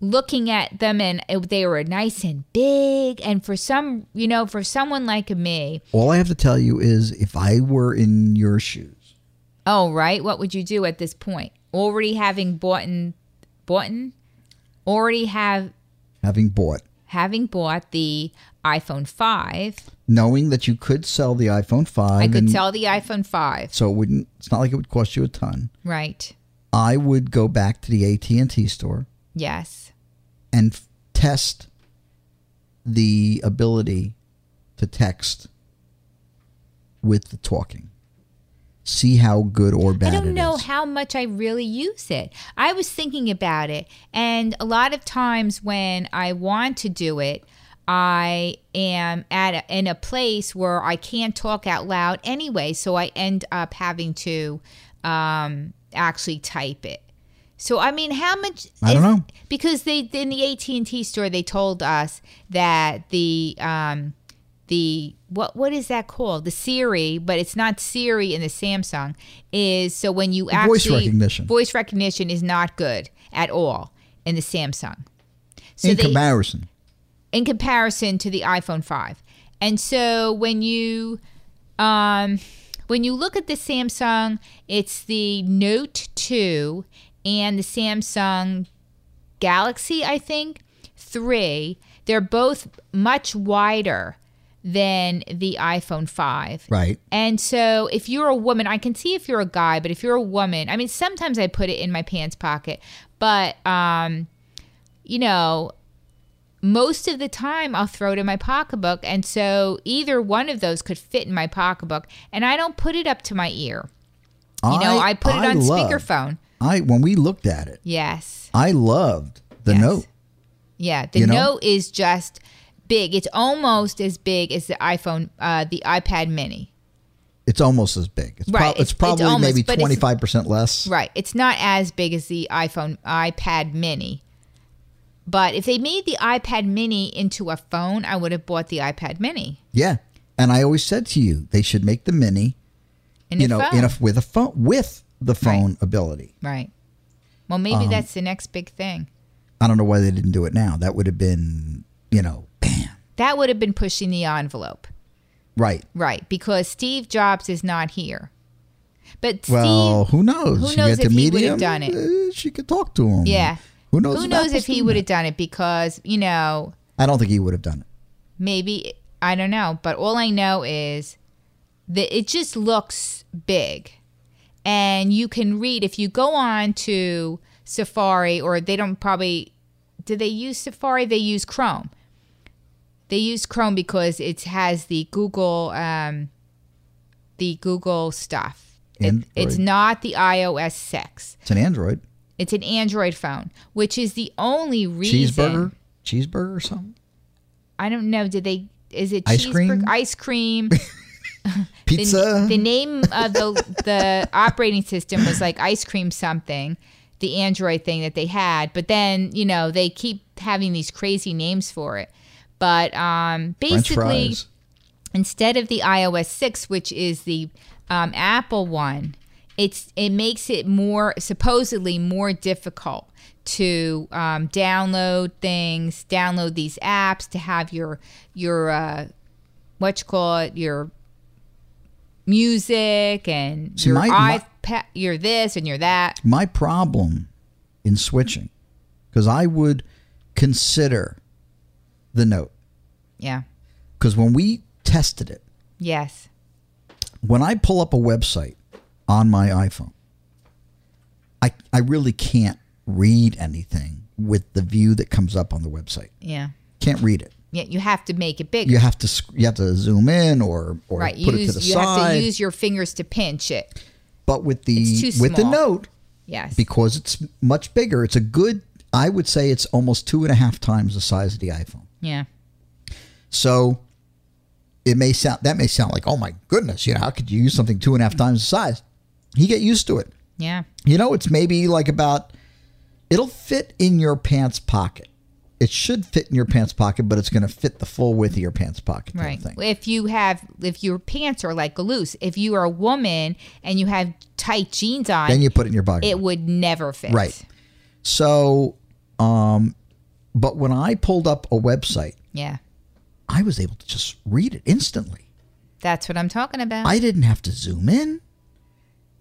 Speaker 1: looking at them, and it, they were nice and big. And for some, you know, for someone like me,
Speaker 2: All I have to tell you is if I were in your shoes,
Speaker 1: oh right, what would you do at this point? Already having bought, in- bought, in- already have
Speaker 2: having bought,
Speaker 1: having bought the iPhone five.
Speaker 2: knowing that you could sell the iPhone 5,
Speaker 1: I could
Speaker 2: and
Speaker 1: sell the iPhone five,
Speaker 2: so it wouldn't, it's not like it would cost you a ton.
Speaker 1: right?
Speaker 2: I would go back to the AT&T store
Speaker 1: Yes.
Speaker 2: and f- test the ability to text with the talking. See how good or bad
Speaker 1: I don't
Speaker 2: it
Speaker 1: know
Speaker 2: is.
Speaker 1: how much I really use it. I was thinking about it, and a lot of times when I want to do it, I am at a, in a place where I can't talk out loud anyway, so I end up having to um, actually type it. So I mean, how much?
Speaker 2: I don't know.
Speaker 1: because they in the AT and T store they told us that the um, the what what is that called the Siri, but it's not Siri in the Samsung. Is so when you actually
Speaker 2: voice recognition.
Speaker 1: voice recognition is not good at all in the Samsung. So
Speaker 2: in
Speaker 1: they-
Speaker 2: comparison.
Speaker 1: in comparison to the iPhone 5. And so when you um, when you look at the Samsung, it's the Note 2 and the Samsung Galaxy, I think, 3. They're both much wider than the iPhone 5.
Speaker 2: Right.
Speaker 1: And so, if you're a woman, I can see if you're a guy, but if you're a woman, I mean, sometimes I put it in my pants pocket, but um, you know, most of the time I'll throw it in my pocketbook, and so either one of those could fit in my pocketbook, and I don't put it up to my ear. You know, I put it on
Speaker 2: love-
Speaker 1: speakerphone.
Speaker 2: I when we looked at it,
Speaker 1: Yes,
Speaker 2: I loved the
Speaker 1: Yes.
Speaker 2: note.
Speaker 1: yeah. The
Speaker 2: You know?
Speaker 1: note is just big. It's almost as big as the iPhone, uh, the iPad Mini.
Speaker 2: It's almost as big. It's,
Speaker 1: Right,
Speaker 2: prob-
Speaker 1: it's-
Speaker 2: it's
Speaker 1: it's
Speaker 2: probably
Speaker 1: almost,
Speaker 2: maybe
Speaker 1: but it's-
Speaker 2: twenty five percent less.
Speaker 1: Right. It's not as big as the iPhone iPad mini. But if they made the iPad mini into a phone, I would have bought the iPad mini
Speaker 2: Yeah. And I always said to you, they should make the mini,
Speaker 1: in
Speaker 2: you
Speaker 1: a
Speaker 2: know,
Speaker 1: phone.
Speaker 2: in a, with a phone with the phone ability.
Speaker 1: right. Well, maybe
Speaker 2: Um,
Speaker 1: that's the next big thing.
Speaker 2: I don't know why they didn't do it now. That would have been, you know, bam.
Speaker 1: That would have been pushing the envelope.
Speaker 2: Right.
Speaker 1: Right, because Steve Jobs is not here. But Steve
Speaker 2: Well, who knows?
Speaker 1: who
Speaker 2: You
Speaker 1: knows
Speaker 2: get
Speaker 1: if
Speaker 2: the
Speaker 1: he would have
Speaker 2: medium,
Speaker 1: done it?
Speaker 2: eh, She could talk to him.
Speaker 1: Yeah.
Speaker 2: Who knows?
Speaker 1: who
Speaker 2: if
Speaker 1: knows
Speaker 2: Apple's
Speaker 1: if he
Speaker 2: doing
Speaker 1: would
Speaker 2: that?
Speaker 1: have done it because, you know,
Speaker 2: I don't think he would have done it.
Speaker 1: maybe I don't know, but all I know is that it just looks big. And you can read if you go on to Safari or they don't probably do they use Safari? They use Chrome. They use Chrome because it has the Google um, the Google stuff. It, it's
Speaker 2: Android.
Speaker 1: not the iOS six.
Speaker 2: It's an Android.
Speaker 1: It's an Android phone, which is the only reason.
Speaker 2: Cheeseburger? Cheeseburger or something?
Speaker 1: I don't know. Did they? Is it
Speaker 2: Ice
Speaker 1: cheeseburger-
Speaker 2: cream?
Speaker 1: Ice cream. the-
Speaker 2: Pizza?
Speaker 1: The, name of the the operating system was like ice cream something, the Android thing that they had. But then, you know, they keep having these crazy names for it. But um,
Speaker 2: French
Speaker 1: basically,
Speaker 2: fries.
Speaker 1: instead of the iOS 6, which is the um, Apple one, it's it makes it more supposedly more difficult to um, download things, download these apps, to have your your uh, what you call it your music and
Speaker 2: See,
Speaker 1: your
Speaker 2: my- my-
Speaker 1: iPad, your this and your that.
Speaker 2: my problem in switching because I would consider the note
Speaker 1: Yeah.
Speaker 2: because when we tested it,
Speaker 1: Yes.
Speaker 2: when I pull up a website on my iPhone, I I really can't read anything with the view that comes up on the website.
Speaker 1: Yeah.
Speaker 2: Can't read it.
Speaker 1: Yeah. You have to make it bigger.
Speaker 2: You have to sc- you have to zoom in or or
Speaker 1: right.
Speaker 2: put
Speaker 1: use,
Speaker 2: it to the
Speaker 1: you have
Speaker 2: side.
Speaker 1: to use your fingers to pinch it.
Speaker 2: but with the
Speaker 1: It's too
Speaker 2: with the
Speaker 1: small.
Speaker 2: note
Speaker 1: Yes.
Speaker 2: because it's much bigger. It's a good. I would say it's almost two and a half times the size of the iPhone.
Speaker 1: yeah.
Speaker 2: So it may sound that may sound like, oh my goodness, you know, how could you use something two and a half times the size? You get used to it.
Speaker 1: Yeah.
Speaker 2: You know, it's maybe like about it'll fit in your pants pocket. It should fit in your pants pocket, but it's going to fit the full width of your pants pocket. kind of
Speaker 1: Right.
Speaker 2: thing.
Speaker 1: If you have, if your pants are like loose, if you are a woman and you have tight jeans on,
Speaker 2: Then you put it in your pocket.
Speaker 1: it would never fit.
Speaker 2: Right. so, um, but when I pulled up a website,
Speaker 1: Yeah.
Speaker 2: I was able to just read it instantly.
Speaker 1: That's what I'm talking about.
Speaker 2: I didn't have to zoom in.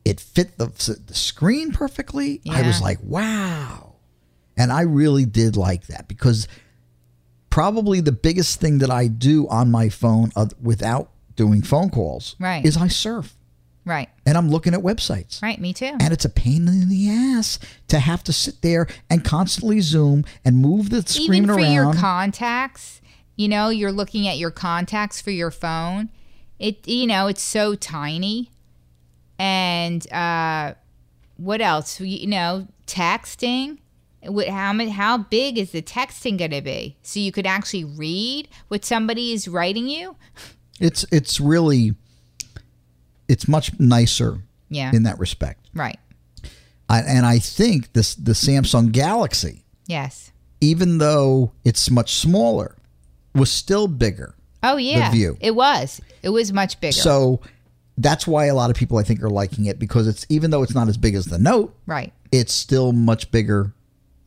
Speaker 2: It fit the, the screen perfectly. I was
Speaker 1: Yeah.
Speaker 2: like, wow. And I really did like that because probably the biggest thing that I do on my phone oth- without doing phone calls
Speaker 1: Right.
Speaker 2: is I surf
Speaker 1: right.
Speaker 2: and I'm looking at websites.
Speaker 1: Right. Me too.
Speaker 2: And it's a pain in the ass to have to sit there and constantly zoom and move the screen
Speaker 1: Even for
Speaker 2: around.
Speaker 1: your contacts, you know, you're looking at your contacts for your phone. It, you know, it's so tiny. And uh, what else? You know, texting. Wh- How many, How big is the texting going to be? So you could actually read what somebody is writing you.
Speaker 2: it's it's really it's much nicer
Speaker 1: Yeah.
Speaker 2: in that respect.
Speaker 1: right.
Speaker 2: I, and I think this the Samsung Galaxy,
Speaker 1: Yes.
Speaker 2: even though it's much smaller, was still bigger.
Speaker 1: Oh yeah.
Speaker 2: view.
Speaker 1: It was. It was much bigger.
Speaker 2: So that's why a lot of people I think are liking it because it's even though it's not as big as the Note,
Speaker 1: right.
Speaker 2: it's still much bigger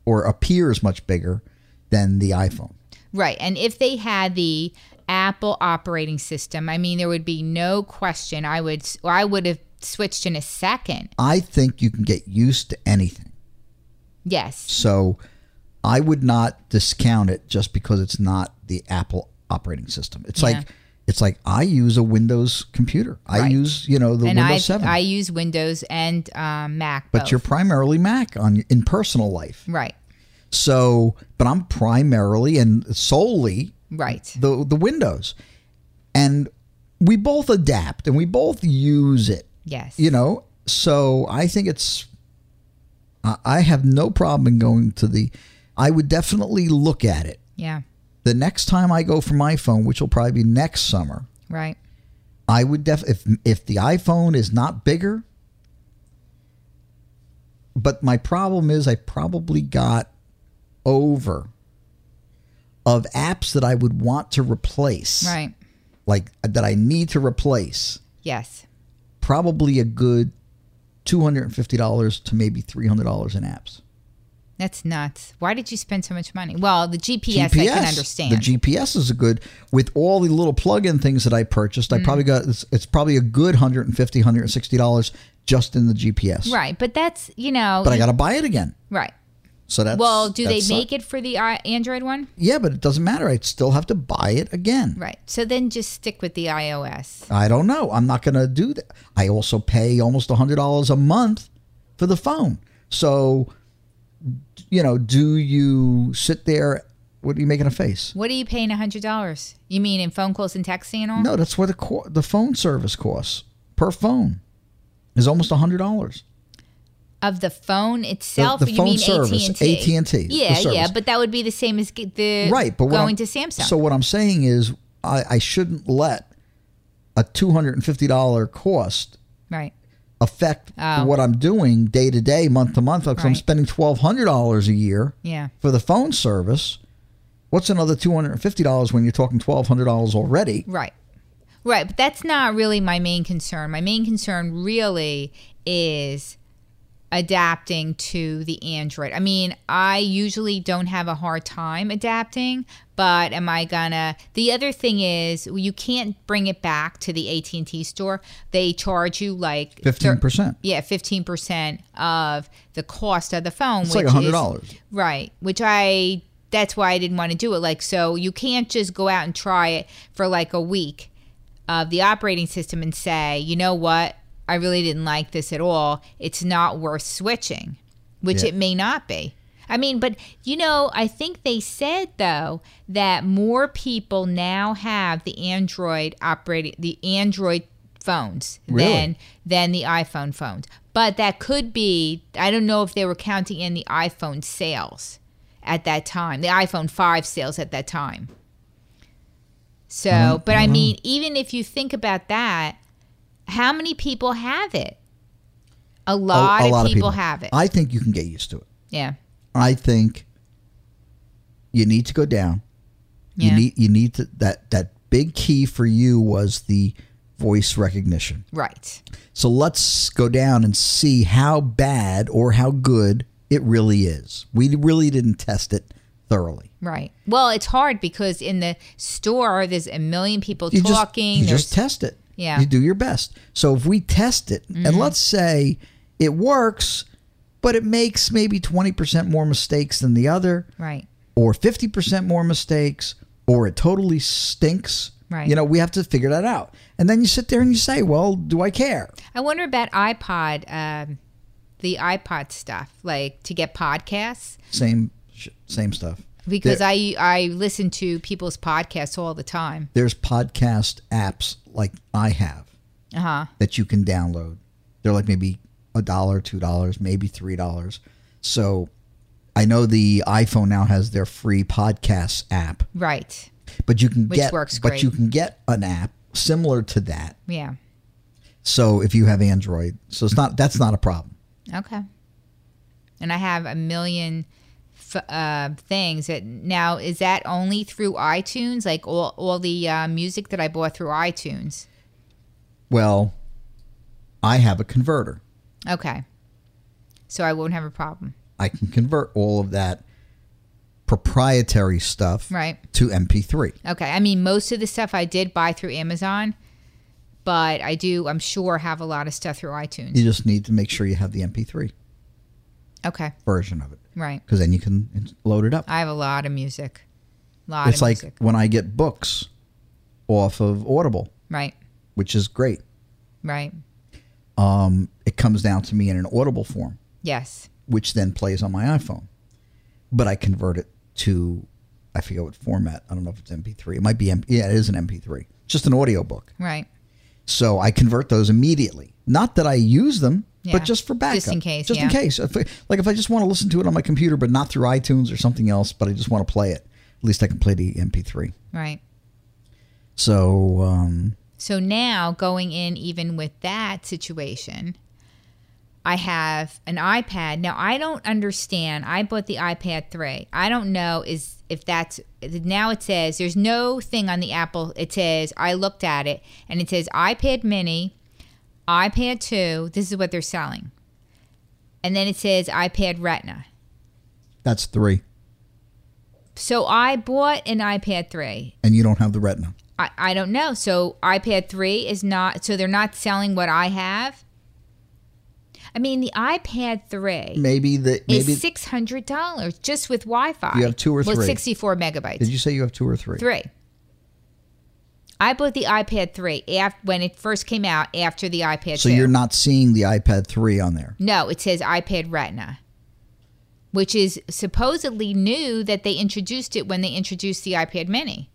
Speaker 2: or appears much bigger than the iPhone.
Speaker 1: Right. And if they had the Apple operating system, I mean there would be no question. I would I would have switched in a second.
Speaker 2: I think you can get used to anything.
Speaker 1: Yes.
Speaker 2: So I would not discount it just because it's not the Apple operating system. It's
Speaker 1: Yeah.
Speaker 2: like it's like I use a Windows computer. I
Speaker 1: Right.
Speaker 2: use, you know, the
Speaker 1: And
Speaker 2: Windows
Speaker 1: I
Speaker 2: 7.
Speaker 1: I use Windows and um, Mac.
Speaker 2: but
Speaker 1: both.
Speaker 2: you're primarily Mac on in personal life.
Speaker 1: right.
Speaker 2: So, but I'm primarily and solely
Speaker 1: Right.
Speaker 2: the the Windows, and we both adapt and we both use it.
Speaker 1: Yes.
Speaker 2: You know, so I think it's. I- I have no problem in going to the. I would definitely look at it
Speaker 1: yeah.
Speaker 2: the next time I go for my phone, which will probably be next summer.
Speaker 1: Right.
Speaker 2: I would def if if the iPhone is not bigger. But my problem is I probably got over of apps that I would want to replace.
Speaker 1: Right.
Speaker 2: Like uh, that I need to replace.
Speaker 1: Yes.
Speaker 2: Probably a good $250 to maybe $300 in apps.
Speaker 1: That's nuts. Why did you spend so much money? Well, the GPS, I can understand.
Speaker 2: The GPS is a good with all the little plug-in things that I purchased.
Speaker 1: Mm.
Speaker 2: I probably got it's, it's probably a good 150 160 dollars just in the GPS.
Speaker 1: right, but that's, you know,
Speaker 2: But I got to buy it again.
Speaker 1: right.
Speaker 2: So that's
Speaker 1: Well, do they
Speaker 2: that's-
Speaker 1: make it for the uh, Android one?
Speaker 2: Yeah, but it doesn't matter. I still have to buy it again.
Speaker 1: Right. So then just stick with the iOS.
Speaker 2: I don't know. I'm not going to do that. I also pay almost $100 a month for the phone. So you know, do you sit there what are you making a face?
Speaker 1: What are you paying hundred dollars? You mean in phone calls and texting and all?
Speaker 2: No, that's where the co- the phone service costs per phone is almost hundred dollars.
Speaker 1: Of the phone itself?
Speaker 2: The- the
Speaker 1: you
Speaker 2: phone
Speaker 1: mean
Speaker 2: service,
Speaker 1: AT&T?
Speaker 2: AT&T, the
Speaker 1: Yeah, yeah,
Speaker 2: service.
Speaker 1: but that would be the same as get the
Speaker 2: Right, but what
Speaker 1: going
Speaker 2: I'm-
Speaker 1: to Samsung.
Speaker 2: So what I'm saying is, I, I shouldn't let a two hundred and fifty dollar cost
Speaker 1: right.
Speaker 2: affect
Speaker 1: Oh.
Speaker 2: what I'm doing day to day, month to month. Like I'm
Speaker 1: Right.
Speaker 2: spending twelve hundred dollars a year
Speaker 1: Yeah.
Speaker 2: for the phone service. What's another two hundred and fifty dollars when you're talking twelve hundred dollars already?
Speaker 1: Right. Right. But that's not really my main concern. My main concern really is adapting to the Android. I mean, I usually don't have a hard time adapting, but am I gonna The other thing is you can't bring it back to the AT&T store. They charge you like
Speaker 2: Fifteen percent.
Speaker 1: yeah, 15% of the cost of the phone,
Speaker 2: It's
Speaker 1: which
Speaker 2: like hundred
Speaker 1: is
Speaker 2: dollars.
Speaker 1: Right. Which I that's why I didn't want to do it. Like so you can't just go out and try it for like a week of the operating system and say, you know what, I really didn't like this at all. It's not worth switching. Which
Speaker 2: Yeah.
Speaker 1: it may not be. I mean, but you know, I think they said though that more people now have the Android operating the Android phones
Speaker 2: Really?
Speaker 1: than than the iPhone phones. But that could be, I don't know if they were counting in the iPhone sales at that time, the iPhone 5 sales at that time. So,
Speaker 2: Mm-hmm.
Speaker 1: but I mean, even if you think about that, how many people have it? A lot, of, people have it.
Speaker 2: I think you can get used to it.
Speaker 1: yeah.
Speaker 2: I think you need to go down.
Speaker 1: Yeah.
Speaker 2: You need you need to, that that big key for you was the voice recognition.
Speaker 1: Right.
Speaker 2: So let's go down and see how bad or how good it really is. We really didn't test it thoroughly.
Speaker 1: Right. Well, it's hard because in the store, there's a million people
Speaker 2: You
Speaker 1: talking.
Speaker 2: just you
Speaker 1: there's-
Speaker 2: just test it.
Speaker 1: Yeah. Mm-hmm.
Speaker 2: You do your best. So if we test it and let's say it works, but it makes maybe 20% more mistakes than the other.
Speaker 1: right.
Speaker 2: or 50% more mistakes or it totally stinks.
Speaker 1: Right.
Speaker 2: You know, we have to figure that out. And then you sit there and you say, well, do I care?
Speaker 1: I wonder about iPod, um, the iPod stuff, like to get podcasts.
Speaker 2: Same sh- same stuff.
Speaker 1: because
Speaker 2: There-
Speaker 1: I I listen to people's podcasts all the time.
Speaker 2: there's podcast apps like I have
Speaker 1: Uh huh.
Speaker 2: that you can download. They're like maybe a dollar, two dollars, maybe three dollars. So I know the iPhone now has their free podcasts app,
Speaker 1: Right.
Speaker 2: but you can
Speaker 1: Which
Speaker 2: get
Speaker 1: works
Speaker 2: but
Speaker 1: great.
Speaker 2: you can get an app similar to that.
Speaker 1: Yeah.
Speaker 2: So if you have Android, so it's not that's not a problem.
Speaker 1: Okay. And I have a million f- uh, things that now is that only through iTunes? Like all all the uh, music that I bought through iTunes.
Speaker 2: Well, I have a converter.
Speaker 1: Okay. So I won't have a problem.
Speaker 2: I can convert all of that proprietary stuff
Speaker 1: Right.
Speaker 2: to MP3.
Speaker 1: Okay. I mean, most of the stuff I did buy through Amazon, but I do, I'm sure, have a lot of stuff through iTunes.
Speaker 2: You just need to make sure you have the MP3
Speaker 1: Okay.
Speaker 2: version of it
Speaker 1: Right.
Speaker 2: because then you can in- load it up.
Speaker 1: I have a lot of music. Lot
Speaker 2: It's
Speaker 1: of
Speaker 2: like
Speaker 1: music.
Speaker 2: when I get books off of Audible,
Speaker 1: Right.
Speaker 2: which is great.
Speaker 1: Right.
Speaker 2: Um, it comes down to me in an Audible form,
Speaker 1: Yes.
Speaker 2: which then plays on my iPhone. But I convert it to, I forget what format. I don't know if it's MP3. It might be, M- yeah, it is an MP3. Just an audio book.
Speaker 1: Right.
Speaker 2: So I convert those immediately. Not that I use them,
Speaker 1: Yeah.
Speaker 2: but just for backup.
Speaker 1: Just in case,
Speaker 2: Just in
Speaker 1: yeah.
Speaker 2: case. If I- like if I just want to listen to it on my computer, but not through iTunes or something else, but I just want to play it, at least I can play the MP3.
Speaker 1: Right.
Speaker 2: So um,
Speaker 1: So now going in even with that situation, I have an iPad. Now I don't understand. I bought the iPad 3. I don't know is if that's now it says there's no thing on the Apple. It says I looked at it and it says iPad mini, iPad 2. This is what they're selling. And then it says iPad Retina.
Speaker 2: that's three.
Speaker 1: So I bought an iPad 3.
Speaker 2: And you don't have the retina.
Speaker 1: I, I don't know. So iPad 3 is not, so they're not selling what I have. I mean, the iPad 3
Speaker 2: Maybe the maybe
Speaker 1: is $600 just with Wi Fi.
Speaker 2: You have two or
Speaker 1: Well,
Speaker 2: three?
Speaker 1: 64 megabytes.
Speaker 2: did you say you have two or three?
Speaker 1: three. I bought the iPad 3 af- when it first came out after the iPad
Speaker 2: So
Speaker 1: 2.
Speaker 2: you're not seeing the iPad three on there.
Speaker 1: no, it says iPad Retina, which is supposedly new that they introduced it when they introduced the iPad Mini.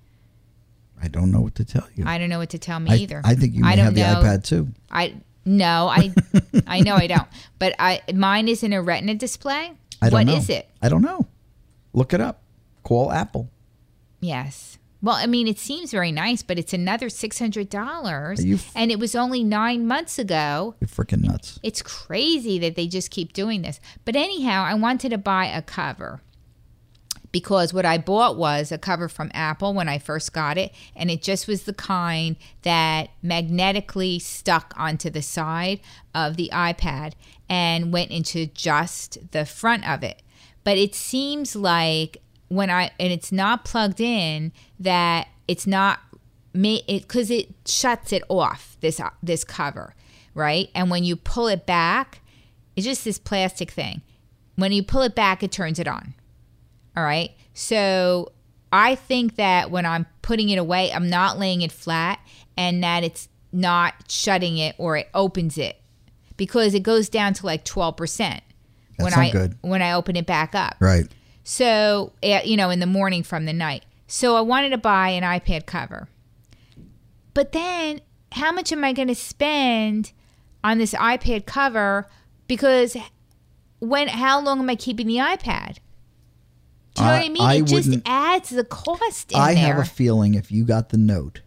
Speaker 2: I don't know what to tell you.
Speaker 1: I don't know what to tell me
Speaker 2: I,
Speaker 1: either.
Speaker 2: I think you
Speaker 1: I
Speaker 2: may
Speaker 1: don't
Speaker 2: have the
Speaker 1: know.
Speaker 2: iPad too.
Speaker 1: I no, I I know I don't. But I mine is in a Retina display.
Speaker 2: I don't
Speaker 1: What
Speaker 2: know.
Speaker 1: is it?
Speaker 2: I don't know. Look it up. Call Apple.
Speaker 1: Yes. Well, I mean, it seems very nice, but it's another six hundred dollars,
Speaker 2: Are you f-
Speaker 1: and it was only nine months ago.
Speaker 2: You're freaking nuts.
Speaker 1: It's crazy that they just keep doing this. But anyhow, I wanted to buy a cover because what I bought was a cover from Apple when I first got it, and it just was the kind that magnetically stuck onto the side of the iPad and went into just the front of it. But it seems like when I and it's not plugged in that it's not made it because it shuts it off this this cover, right? And when you pull it back, it's just this plastic thing. When you pull it back, it turns it on. All right. So I think that when I'm putting it away, I'm not laying it flat and that it's not shutting it or it opens it because it goes down to like 12% when
Speaker 2: not
Speaker 1: I
Speaker 2: good.
Speaker 1: when I open it back up.
Speaker 2: Right.
Speaker 1: So, eh, you know, in the morning from the night. So I wanted to buy an iPad cover. But then how much am I going to spend on this iPad cover because when how long am I keeping the iPad? Do you know
Speaker 2: I-
Speaker 1: what I mean?
Speaker 2: I
Speaker 1: it just
Speaker 2: wouldn't-
Speaker 1: adds the cost in
Speaker 2: I
Speaker 1: there.
Speaker 2: have a feeling if you got the note,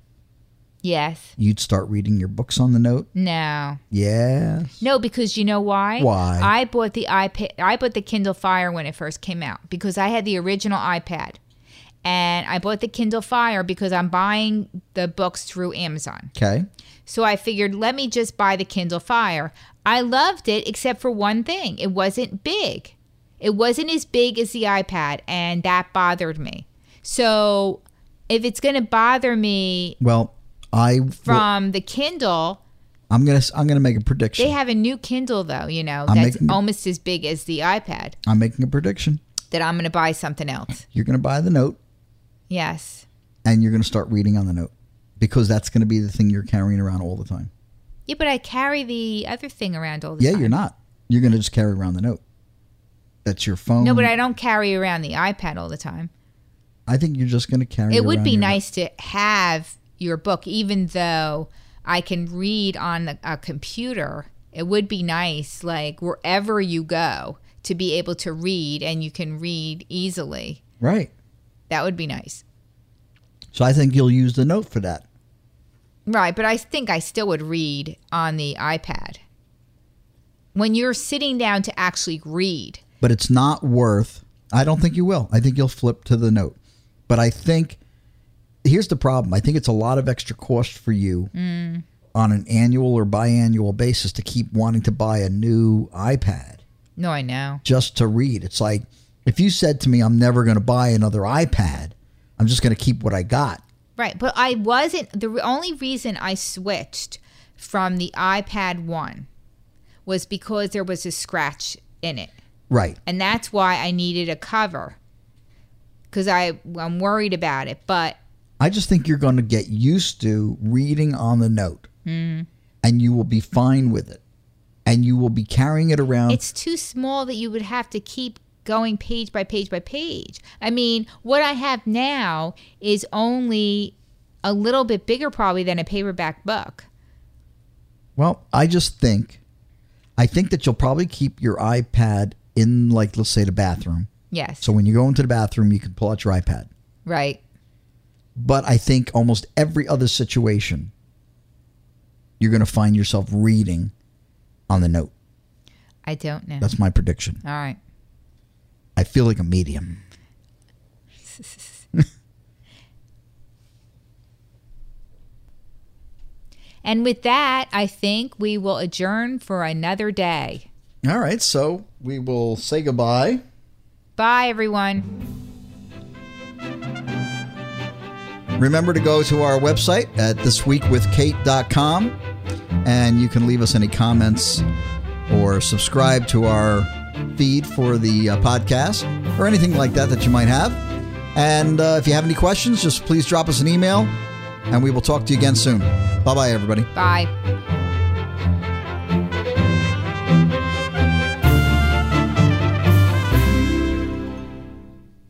Speaker 1: yes.
Speaker 2: you'd start reading your books on the note.
Speaker 1: No.
Speaker 2: Yes.
Speaker 1: No, because you know why?
Speaker 2: Why?
Speaker 1: I bought the iPad. I bought the Kindle Fire when it first came out because I had the original iPad, and I bought the Kindle Fire because I'm buying the books through Amazon.
Speaker 2: Okay.
Speaker 1: So I figured, let me just buy the Kindle Fire. I loved it, except for one thing: it wasn't big. It wasn't as big as the iPad, and that bothered me. So, if it's going to bother me
Speaker 2: Well, I
Speaker 1: from the Kindle,
Speaker 2: I'm gonna s- I'm gonna make a
Speaker 1: They
Speaker 2: prediction.
Speaker 1: have a new Kindle though, you know,
Speaker 2: I'm
Speaker 1: that's
Speaker 2: making-
Speaker 1: almost as big as the iPad.
Speaker 2: I'm making a prediction.
Speaker 1: That I'm going to buy something else.
Speaker 2: You're gonna buy the note
Speaker 1: Yes.
Speaker 2: and you're gonna start reading on the note because that's gonna be the thing you're carrying around all the time.
Speaker 1: Yeah, but I carry the other thing around all the
Speaker 2: Yeah,
Speaker 1: time.
Speaker 2: you're not. You're gonna just carry around the note. That's your phone.
Speaker 1: No, but I don't carry around the iPad all the time.
Speaker 2: I think you're just gonna carry.
Speaker 1: It would
Speaker 2: around
Speaker 1: be
Speaker 2: your-
Speaker 1: nice to have your book, even though I can read on the, a computer. It would be nice, like wherever you go, to be able to read and you can read easily.
Speaker 2: right?
Speaker 1: That would be nice.
Speaker 2: So I think you'll use the note for that.
Speaker 1: Right, but I think I still would read on the iPad. When you're sitting down to actually read,
Speaker 2: but it's not worth I don't think you will. I think you'll flip to the note. But I think here's the problem. I think it's a lot of extra cost for you
Speaker 1: Mm.
Speaker 2: on an annual or biannual basis to keep wanting to buy a new iPad
Speaker 1: no, I know.
Speaker 2: just to read. It's like if you said to me I'm never going to buy another iPad, I'm just going to keep what I got.
Speaker 1: Right, but I wasn't the re- only reason I switched from the iPad 1 was because there was a scratch in it.
Speaker 2: Right.
Speaker 1: And that's why I needed a cover. Cuz I I'm worried about it, but
Speaker 2: I just think you're going to get used to reading on the note. And you will be fine with it. And you will be carrying it around
Speaker 1: it's too small that you would have to keep going page by page by page. I mean, what I have now is only a little bit bigger probably than a paperback book.
Speaker 2: Well, I just think, I think that you'll probably keep your iPad in, like, let's say the bathroom.
Speaker 1: Yes.
Speaker 2: So when you go into the bathroom, you can pull out your iPad.
Speaker 1: right.
Speaker 2: But I think almost every other situation, you're going to find yourself reading on the note.
Speaker 1: I don't know.
Speaker 2: That's my prediction.
Speaker 1: All right.
Speaker 2: I feel like a medium.
Speaker 1: And with that, I think we will adjourn for another day.
Speaker 2: All right. So we will say goodbye.
Speaker 1: Bye everyone.
Speaker 2: Remember to go to our website at thisweekwithkate.com and you can leave us any comments or subscribe to our feed for the uh, podcast or anything like that that you might have. And uh, if you have any questions, just please drop us an email and we will talk to you again soon. Bye bye, everybody.
Speaker 1: Bye.